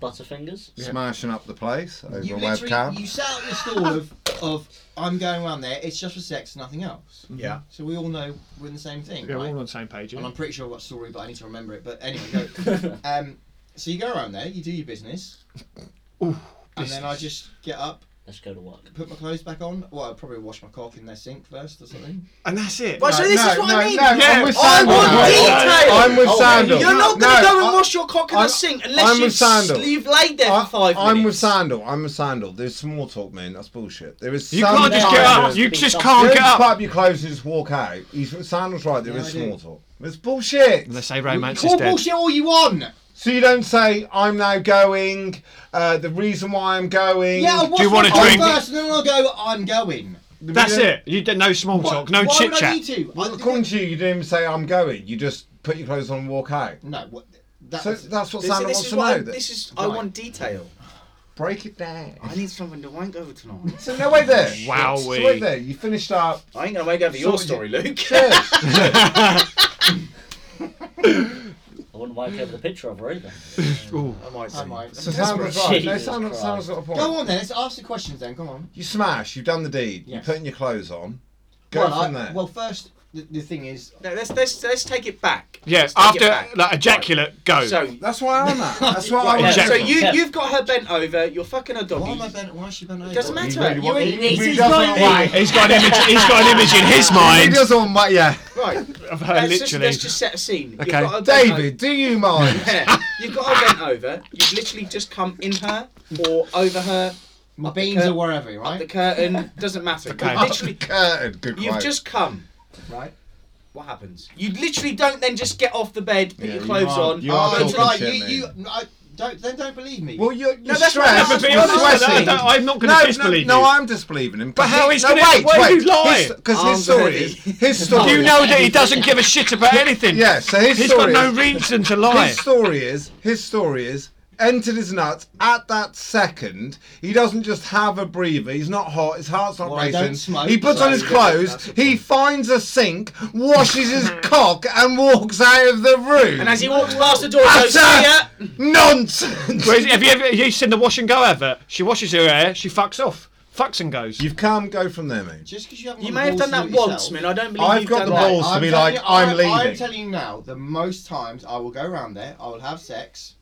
Butterfingers. Smashing up the place over You literally, webcam. you set out your stall of, of I'm going around there. It's just for sex, nothing else. Yeah. So we all know we're in the same thing, Mm-hmm. Yeah, we're right? all on the same page. And Yeah? I'm pretty sure I've got a story, but I need to remember it. But anyway, go. um, so you go around there, you do your business. and then I just get up, Let's go to work. put my clothes back on. Well, I'd probably wash my cock in their sink first or something. And that's it. Well, so No, this no, is what no, I mean. no, I'm with Sandal. want No, detail. Oh, I'm with Sandal. You're not going to No, go and I- wash your cock in I'm- the sink unless I'm with you've, Sandal. s- you've laid there for I, five I'm with minutes. Sandal. I'm with Sandal. There's some more talk, man. That's bullshit. There is You some can't just kind get up. of- You just You can't don't get just up. put up your clothes and just walk out. He's, Sandal's right. There Yeah, is I do. small talk. It's bullshit. And they say romance is Call dead. Oh, bullshit all you want. So you don't say, "I'm now going." Uh, the reason why I'm going. Yeah, I'll Do wash you my want a cock drink? first, and then I'll go. I'm going. That's it. You did no small What- talk, no why chit would I chat. need to? I- Well, according to you, you didn't even say, "I'm going." You just put your clothes on and walk out. no, what, that So was- that's what This, Sandal this wants is to what know. I, that- this is, I Right. want detail. Break it down. I need something to wank over tonight. So no wait there. Wow, So we- wait there. You finished up. I ain't going to wank over your Sorted. story, Luke. Cheers. I wouldn't wake up with a picture of her either. Ooh. I might I see. might. So Sam was right. No, Jesus Sam, Christ. Sam's got a point. Go on then. Let's ask the questions then. Come on. You smash. You've done the deed. Yes. You're putting your clothes on. Go well, from I- there. Well, first the, the thing is, No, let's let's let's take it back. Yeah, Let's take it after back. like ejaculate, go. So, that's why I'm at. That's why right, I'm at. so Exactly. you Yeah. you've got her bent over. You're fucking a why am I doggy. bent? Why is she bent over? Doesn't matter. really you want- ain't- he- He's doesn't right. like- he, has got an image. He's got an image in his He mind does all my yeah. right. of her Let's just, literally. let's just set a scene. You've Okay. got her bent David, do you mind? over- Yeah. You've got her bent over. You've literally just come in her or over her, My Up the beans cur- or wherever, up the right? curtain. Doesn't matter. Okay. You literally, curtain. Good you've quote. just come. Right. What happens? You literally don't then just get off the bed, put Yeah, your you clothes are- on. you go are to the- Oh, talking right. shit, You, mate. you, no, I, don't, then don't believe me. Well, you're, you're that's what stressed. happened to You're us. No, sweating. no, I'm not going to disbelieve no, you. I'm disbelieving him. But how he- he's no, gonna- wait, why wait. you lie? Because I'm his story ready. is his story. you know that he doesn't give a shit about anything. Yeah. So his He's got story. no is- reason to lie. His story is his story is entered his nuts at that second. He doesn't just have a breather. He's not hot. His heart's not Well, I racing. don't smoke, he puts so on his yeah, clothes. that's a He finds a sink, washes his cock, and walks out of the room. And as he walks past the door, he goes, Utter "See ya." nonsense. Whereas, have you ever have you seen the wash and go advert? She washes her hair, she fucks off, fucks and goes. You've come, go from there, mate. Just because you haven't. You got may the have balls done to that do it once, yourself- man. I don't believe I've you've got the done that. balls. to be telling like, I'm you, I'm leaving. telling you now, the most times I will go around there, I will have sex,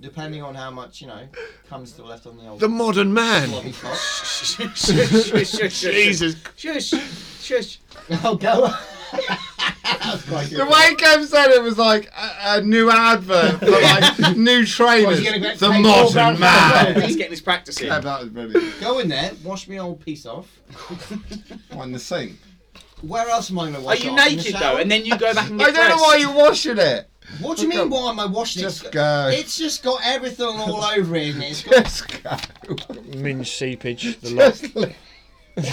depending on how much you know comes still left on the old. modern floppy cock. Shush, shush, shush, shush. Jesus. Shush, shush. I'll go. That's quite good. The way Kev said it was like a, a new advert for like new trainers. gonna get the paid all round modern man. for that? He's getting his practice in. Yeah, that was brilliant. Go in there, wash me old piece off. On the sink. Where else am I gonna Are wash? you it off? In the naked shower? though? And then you go back and get I don't know why you're washing it. What do you mean? Why am I washing? Just it? go. It's just got everything all over it. and It's got, Just go. Minge seepage. The lot. Just leave.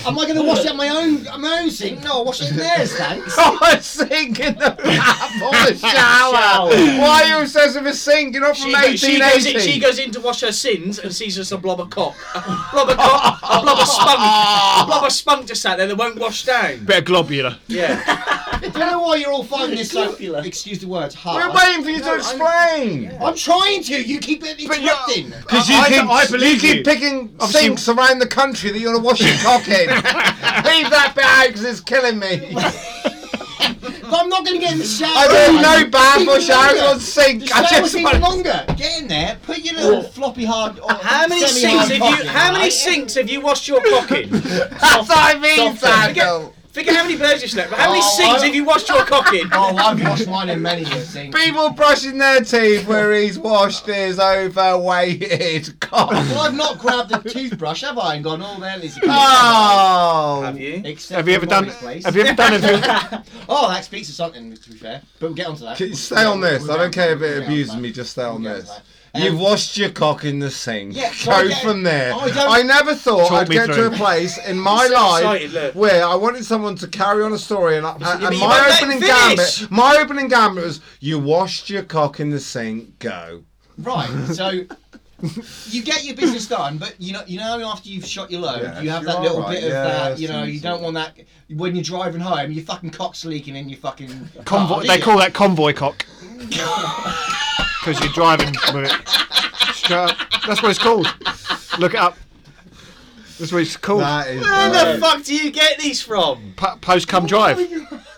am I going to wash it at my own at my own sink? No, I'll wash it in theirs, thanks. Oh, a sink in the bath or the shower. Shower. Why are you obsessed with a sink? You're not from She, go- she, goes in, 1880. she goes in to wash her sins and sees just a blob of cock. A blob of cock, a blob of spunk. A blob of spunk just sat there that won't wash down. Bit of globular. Yeah. I don't know why you're all finding this so. Globular. Excuse the words. We're Hard. waiting for you to No, explain. I'm trying to. You keep it But you're- interrupting. Because I- you, I- keep, I believe you you. keep picking Obviously- sinks around the country that you want to wash your cock in. Leave that bit out because it's killing me. But I'm not going to get in the shower. I don't know bath Even or showers longer. or sink. The I shower was just even want longer. Get in there. Put your little floppy hard. Or How many semi-hard sinks have cock you? in, How many right? sinks have you washed your cock in? That's what I mean, Soft thing. Sandal. Figure how many birds you slept. But how many Oh, sinks I- have you washed your cock in? Oh, I've washed mine in many years. Sink. People brushing their teeth where he's washed his overweighted Well, cock. I've not grabbed a toothbrush, have I? And gone, oh, there is. Oh. Have you? Except Have you ever for done? Mike's Place. Have you ever done? A, Oh, that speaks to something. To be fair, but we'll get onto that. Can you stay on this. We'll I don't get care if onto that. it We'll get abuses onto me. that. Just stay on We'll get this. onto that. You've Um, washed your cock in the sink. Yeah, so Go I get- from there. I don't- I, never thought Talk I'd me get to through. a place in my so life excited, look. where I wanted someone to carry on a story, and, I, and but you won't my let opening it finish. gambit, my opening gambit was, "You washed your cock in the sink. Go." Right, so you get your business done, but you know, you know, after you've shot your load, Yes, you have you're that little all right. bit of that. Yes, You know, and you so- don't want that when you're driving home. Your fucking cock's leaking in your fucking car, convoy. do They you? call that convoy cock. Because you're driving with it. Straight up. That's what it's called. Look it up. That's what it's called. That is. Where the great. fuck do you get these from? Pa- post come drive.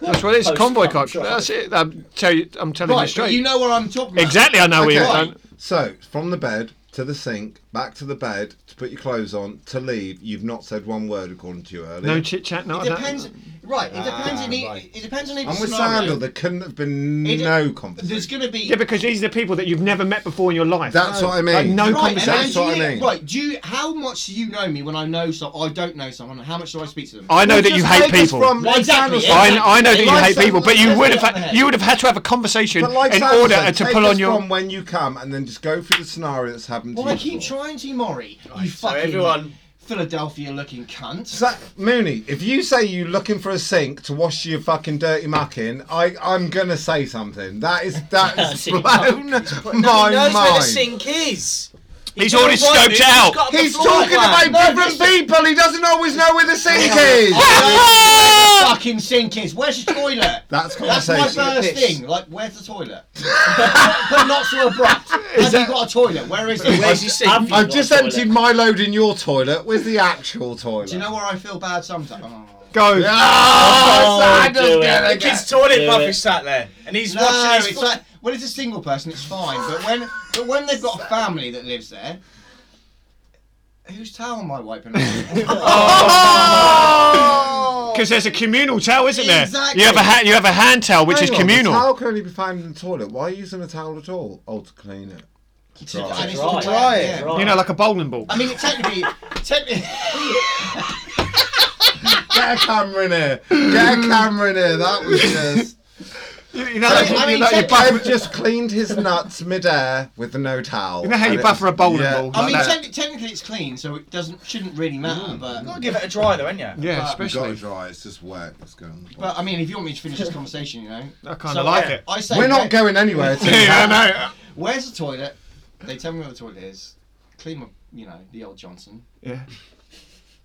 That's what it is. Post convoy come cock. drive. That's it. I'm, tell you, I'm telling you Right, but straight. you know what I'm talking about. exactly. I know where Okay. you're going. So from the bed to the sink, back to the bed to put your clothes on to leave. You've not said one word according to you earlier. No chit chat. No. It I don't- depends. Right, it depends. on e- right. It depends on each Ah, I'm with scenario. Sandal. There couldn't have been It- no There's conversation. going to be Yeah, because these are the people that you've never met before in your life. That's what I mean. Like, no Right, and That's then what do I you- mean. Right, do you, how much do you know me when I know some? I don't know someone. and How much do I speak to them? I know Well, that you just hate take us people. from- Well, like exactly, Sandal- yeah. I, I know that you Like hate Sam- people, but you Sam- would have had, Sam- you would have had to have a conversation But like in Sam order said, to take pull us on your. from when you come and then just go through the scenario that's happened to Well, you. I keep before. trying to, you, Maury. you so fucking everyone- Philadelphia looking cunt. Zach Mooney, if you say you're looking for a sink to wash your fucking dirty muck in, I I'm gonna say something. That is that's See, blown He my knows where the mind. sink is. He's already scoped it out. He's talking about different people. He doesn't always know where the sink is. Fucking fucking sink is. Where's the toilet? That's That's my conversation. first Piss. thing. Like, where's the toilet? but not so abrupt. Have you got a toilet? Where is it? Where's your sink? Have you I've got just a toilet? emptied my load in your toilet. Where's the actual toilet? Do you know where I feel bad sometimes? Oh. Go. Yeah, Oh, Oh! do Sanders it. gonna The get- kid's toilet Do puff it. is sat there, and he's No, washing his. it's fu- like when it's a single person, it's fine. But when but when they've got a family that lives there, whose towel am I wiping? Oh! Because there's a communal towel, isn't there? Exactly. You have a ha- you have a hand towel, which Hang is on, communal. The towel can only be found in the toilet. Why are you using a towel at all? Oh, to clean it. I need to Dry. dry it. Dry. You know, like a bowling ball. I mean, it technically, technically, Get a camera in here. Get a camera in here. That was just. You you know, I like, mean- I mean, you know, you technically- buff- Kev just cleaned his nuts midair with no towel. You know how you And it- buffer a bowling ball? I mean, Like that. techni- technically, it's clean, so it doesn't shouldn't really matter. Mm. Gotta But give it a try though, ain't you? yeah, but- You've got to especially. dry. It's just wet. It's going. but I mean, if you want me to finish this conversation, you know, I kind So, of like yeah. it. I say We're where- not going anywhere. Tim. Yeah, I know. Where's the toilet? They tell me where the toilet is. Clean my, you know, the old Johnson, Yeah.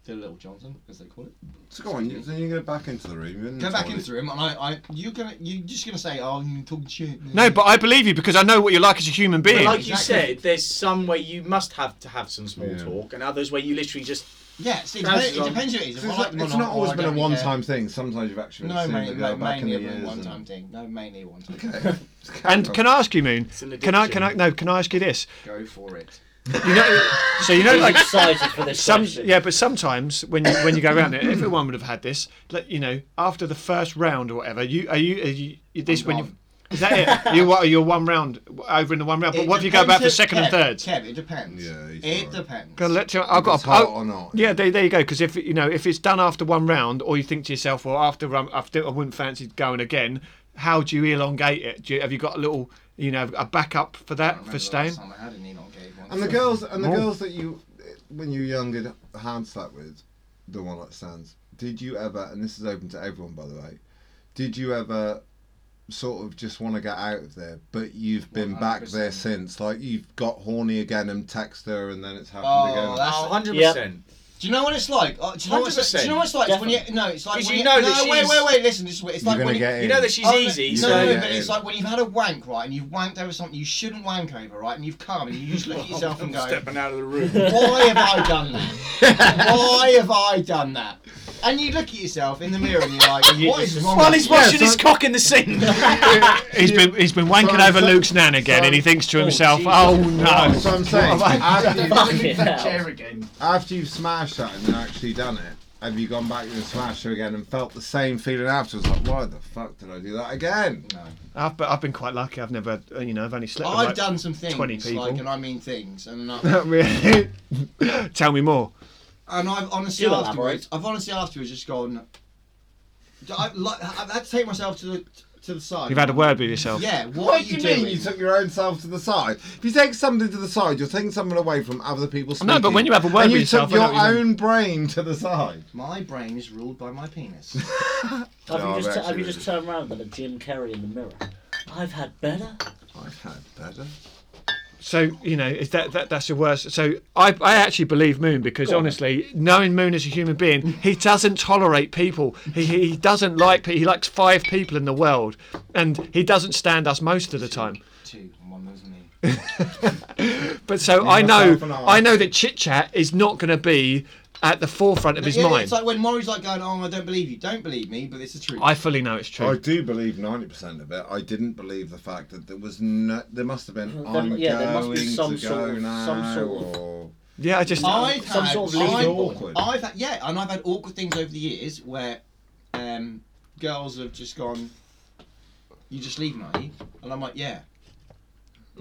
the little Johnson, as they call it. So go on. You, then you go back into the room. you're in the Go back toilet. into the room, and I, I, you're gonna, you're just gonna say, oh, you're talking shit. No, but I believe you because I know what you're like as a human But being. like you Exactly. said, there's some where you must have to have some small Yeah. talk, and others where you literally just yeah, see, it, Trousers depends, it on. depends who it is. It's, If I not- like them or it's not or always I been a don't really care. one-time thing. Sometimes you've actually No, seen mainly, it go no, back in mainly the a years. one-time and- thing. No, mainly a one-time. thing. Okay. Oh. And can I ask you, Moon? It's an Can I? Can I? addiction. No. Can I ask you this? Go for it. You know. So you know, He's like excited for this some. question. Yeah, but sometimes when you when you go around it, everyone would have had this. Like you know, after the first round or whatever, you are you, are you this I'm when you. gone. Is that it? You what? You're one round over in the one round. But It what if you go depends back for if- second and Kev, third? Kev, it depends. Yeah, he's it right. depends. Gonna let you. I've got a. Hot oh, or not? Yeah, there, there you go. Because if you know, if it's done after one round, or you think to yourself, well, after round- after I wouldn't fancy going again. How do you elongate it? Do you, have you got a little, you know, a backup I for that remember for the last staying? time I had an elongated one. And the girls and the Oh. girls that you when you were younger hand slapped with, the one that stands. Did you ever? And this is open to everyone, by the way. Did you ever sort of just want to get out of there, but you've been back there 100%. since? Like you've got horny again and text her, and then it's happened Oh, again. that's- Oh, 100%. Do you know what it's like? Uh, do, you know what it's, do 100%. you know what it's like? It's when you, no, it's like 'Cause when you know no, that wait, she's- wait, wait. Listen, this is what it's You're like. gonna when get You know in. that she's Oh, easy, You're so. No, no, gonna no, get but it's in. like when you've had a wank, right, and you've wanked over something you shouldn't wank over, right, and you've come and you just look at yourself and go, Stepping out of the room. "Why have I done that? Why have I done that?" And you look at yourself in the mirror and you're like, You "What is just- wrong?" While with he's me?" washing so- his cock in the sink. He's been he's been wanking So- over so- Luke's nan again, and he thinks to Oh, himself, Jesus "Oh Oh, no!" so I'm saying, What have after, you've, Fucking hell. again. after you've smashed that and actually done it, have you gone back and smashed her again and felt the same feeling afterwards? Like, why the fuck did I do that again? I've, but I've been quite lucky. I've never, uh, you know, I've only slept. with, I've like, done some things, 20 people. like, and I mean things, and I, Not really. Tell me more. And I've honestly You elaborate. afterwards, I've honestly afterwards just gone. I, like, I've had to take myself to the to the side. You've had a word with yourself. Yeah. What, What are do you you doing? mean you took your own self to the side? If you take something to the side, you're taking someone away from other people's. No, but when you have a word and with you yourself, I took know your what you mean. own brain to the side. My brain is ruled by my penis. Have, No, you I've just, have you actually- just turned around and a Jim Carrey in the mirror? I've had better. I've had better. So you know, is that, that that's the worst? So I, I actually believe Moon because honestly, knowing Moon as a human being, he doesn't tolerate people. He he doesn't like pe- he likes five people in the world, and he doesn't stand us most of the time. Two, and one was me. But so I know myself and I. I know that chit chat is not going to be at the forefront of his Yeah, mind. It's like when Maury's like going, "Oh, I don't believe you. Don't believe me, but it's the truth." I fully know it's true. I do believe ninety percent of it. I didn't believe the fact that there was no. There must have been. There- I'm yeah, going there must be some to go sort of- now. some sort of- or- yeah, I just I've Some had, sort of I've- lead awkward. I've had, yeah, and I've had awkward things over the years where um, girls have just gone, "You just leaving, are you?" And I'm like, "Yeah."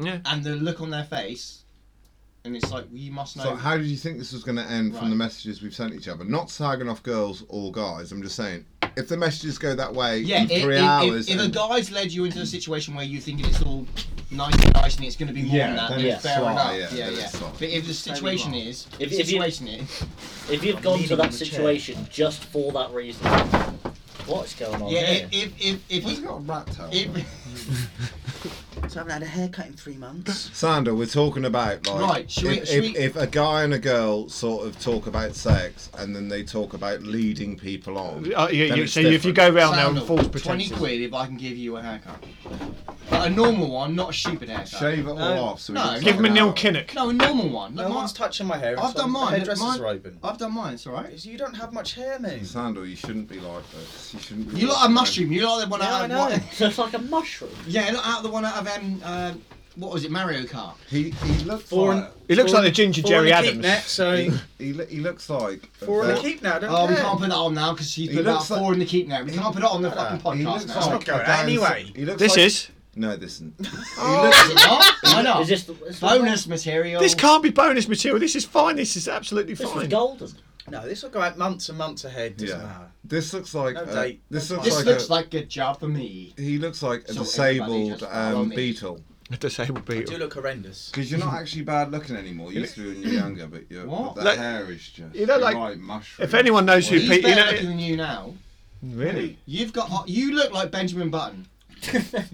yeah. And the look on their face, and it's like, well, "You must know." So how did you think this was going to end from Right. the messages we've sent each other? Not slagging off girls or guys. I'm just saying, if the messages go that way Yeah, in if, three if, hours, if, if a and- guy's led you into a situation where you think it's all nice and nice and it's going to be more Yeah, than that, then then it's fair sly, enough. yeah, Yeah, yeah. then it's sly. But if the situation is, if If- the if you- situation is, If you've gone to leaning on that the chair. situation just for that reason, what's going on Oh, yeah, here? if if if, if, Why's he he, got a rat tail? if So I haven't had a haircut in three months. Sander, we're talking about like Right, should we- if, should if, we- if a guy and a girl sort of talk about sex and then they talk about leading people on. Uh, you, then you, it's so if you different. go round there Sound and off. false 20 pretenses. quid if I can give you a haircut. But a normal one, not a stupid haircut. shave it all No. off, so we No. looks Give like him a an Neil adult. Kinnock. No, a normal one. No Look, one's mine- touching my hair. I've until done mine, The hairdressers mine- are open. I've done mine, it's alright. You don't have much hair, mate. Sandor, you shouldn't be like this. You shouldn't. Be You like lot are this. mushroom, you lot are the one Yeah, out I of know. So it's like a mushroom. Yeah, look out the one out of um, uh, what was it, Mario Kart? He he looks Four like He looks four- like the ginger four Jerry and a keep Adams. Net, so he, lo- he looks like four in a the keep now. I Don't Oh, we care. can't put that on now because she's He put about looks like- four in the keep now. We can't put it on the fucking He podcast looks now. like not a going guy in- anyway. He looks This like- is. no, this isn't. He looks. What? Why not? Is this the is bonus material? This can't be bonus material. This is fine. This is absolutely This was fine. golden. No, this will go out months and months ahead. Doesn't Yeah. matter. This looks like. No uh, date, this no looks This like. looks a, like a job for me. he looks like a So everybody disabled just follow um, me. beetle. A disabled You do beetle. look horrendous. Because you're not actually bad looking anymore. You used to be when you were younger, but your What? that Like- hair is just. you know, like, right, mushroom. If anyone knows who He's Pete, better you know, looking than you now. really, You've got. You look like Benjamin Button.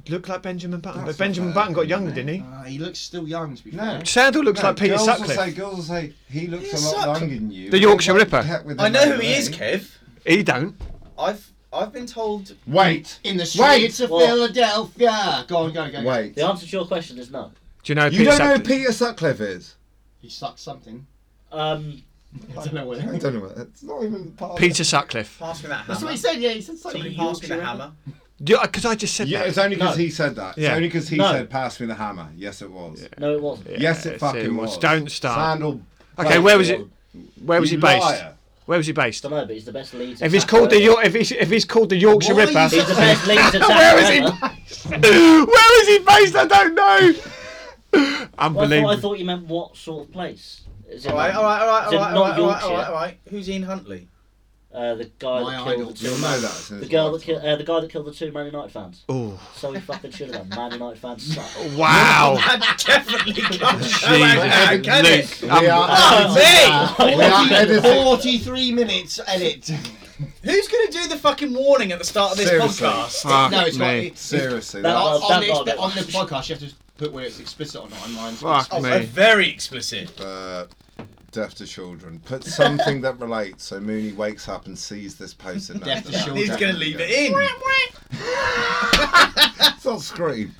look like Benjamin Button. That's But Benjamin not bad, Button got younger, didn't he? Uh, he looks still young to be No. fair. Sandal looks No, like Peter girls will say- Sutcliffe. Girls will say he looks Peter a lot Sutcliffe. younger than you. The They Yorkshire won't Ripper. pet with I him know who over he is, there. Kev. He don't. I've I've been told Wait, In the streets of What? Philadelphia. Go on, go, go, go. wait. The answer to your question is no. Do you know? who You Peter don't know who Sutcliffe- Peter Sutcliffe is? He sucks something. Um, I don't know what. I don't know. what- It's not even part. of Peter Sutcliffe. pass me that hammer. That's what he said. Yeah, he said Somebody something. pass me the hammer. Because uh, I just said Yeah, that. it's only because No. he said that. It's Yeah. only because he No. said, "Pass me the hammer." Yes, it was. no, it wasn't. Yes, Yeah, it so fucking was. Don't start. Sandal. Okay, where was it? Where was he You based? liar. Where was he based? don't know, but he's the best lead. If he's called the York, if he's if he's called the Yorkshire Why are you Ripper, he's the best lead attacker. Where is he? ever. where is he based? I don't know. Well, I, Unbelievable. thought, I thought you meant what sort of place. Is it All right, like- all right, all right, is all it right, not all right, all right, all Yorkshire? right, all right. Who's Ian Huntley? Uh, the guy My that idol. killed You'll know that. as soon the as girl you that killed uh, the guy that killed the two Man United fans. Oh So he fucking should have done. Man United fans suck. wow. That definitely can't show out now, Jesus, can it? Oh. Luke, um, We are- Oh, me! We are editing. 43 minutes edit. Who's going to do the fucking warning at the start of this Seriously. podcast? fuck no, it's not. me. It's, it's Seriously, That- that's on, that- on this, that- on the podcast, you have to put where it's explicit or not. And mine's Fuck Oh, me. very explicit. uh, deaf to children. Put something that relates so Mooney wakes up and sees this post. and knows Deaf to that that's children. He's going to leave it in. It's not scream.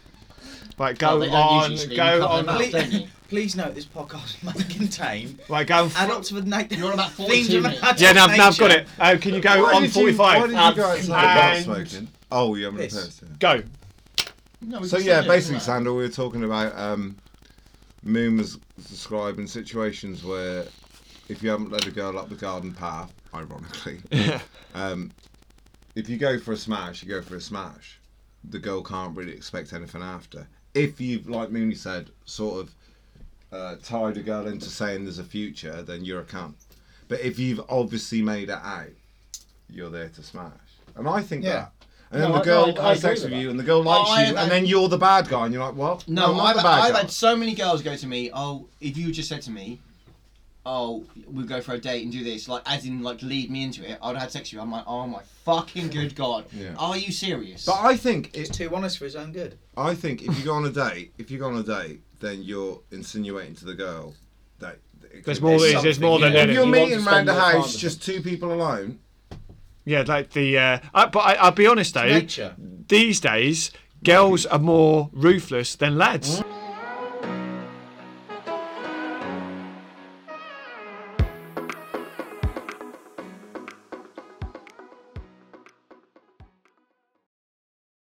Right, Oh, go they don't on, usually go cut them on. out, don't you? Please note this podcast must contain Right, go on. adults with nature. You're on about 42 minutes. Yeah, now, now I've got it. Uh, can you go Why on did you- Why did 45? you Um, guys say about and- smoking? Oh, you haven't Piss. rehearsed. yeah. Go. No, we So can yeah, still do it, basically, isn't it? Sandal, we were talking about um, Moon was describing situations where if you haven't led a girl up the garden path, ironically, um, if you go for a smash, you go for a smash. The girl can't really expect anything after. If you've, like Mooney said, sort of uh, tied a girl into saying there's a future, then you're a cunt. But if you've obviously made it out, you're there to smash. And I think Yeah. that. And No, then I- the no, girl I- I has agree sex with with that. you, and the girl likes Oh, I you, have- and then you're the bad guy, and you're like, what? No, I'm I've, the bad I've guy. had so many girls go to me, oh, if you just said to me, oh, we'll go for a date and do this, like, as in, like, lead me into it, I'd have had sex with you. I'm like, oh my fucking good God. Yeah. Are you serious? But I think He's it, too honest for his own good. I think if you go on a date, if you go on a date, then you're insinuating to the girl that it There's could more. be There's, there's more than If Yeah. you're anything. You want to meeting round spend the more time house, with just two people alone. Yeah, like the. Uh, I, but I, I'll be honest though. Nature. These days, girls are more ruthless than lads.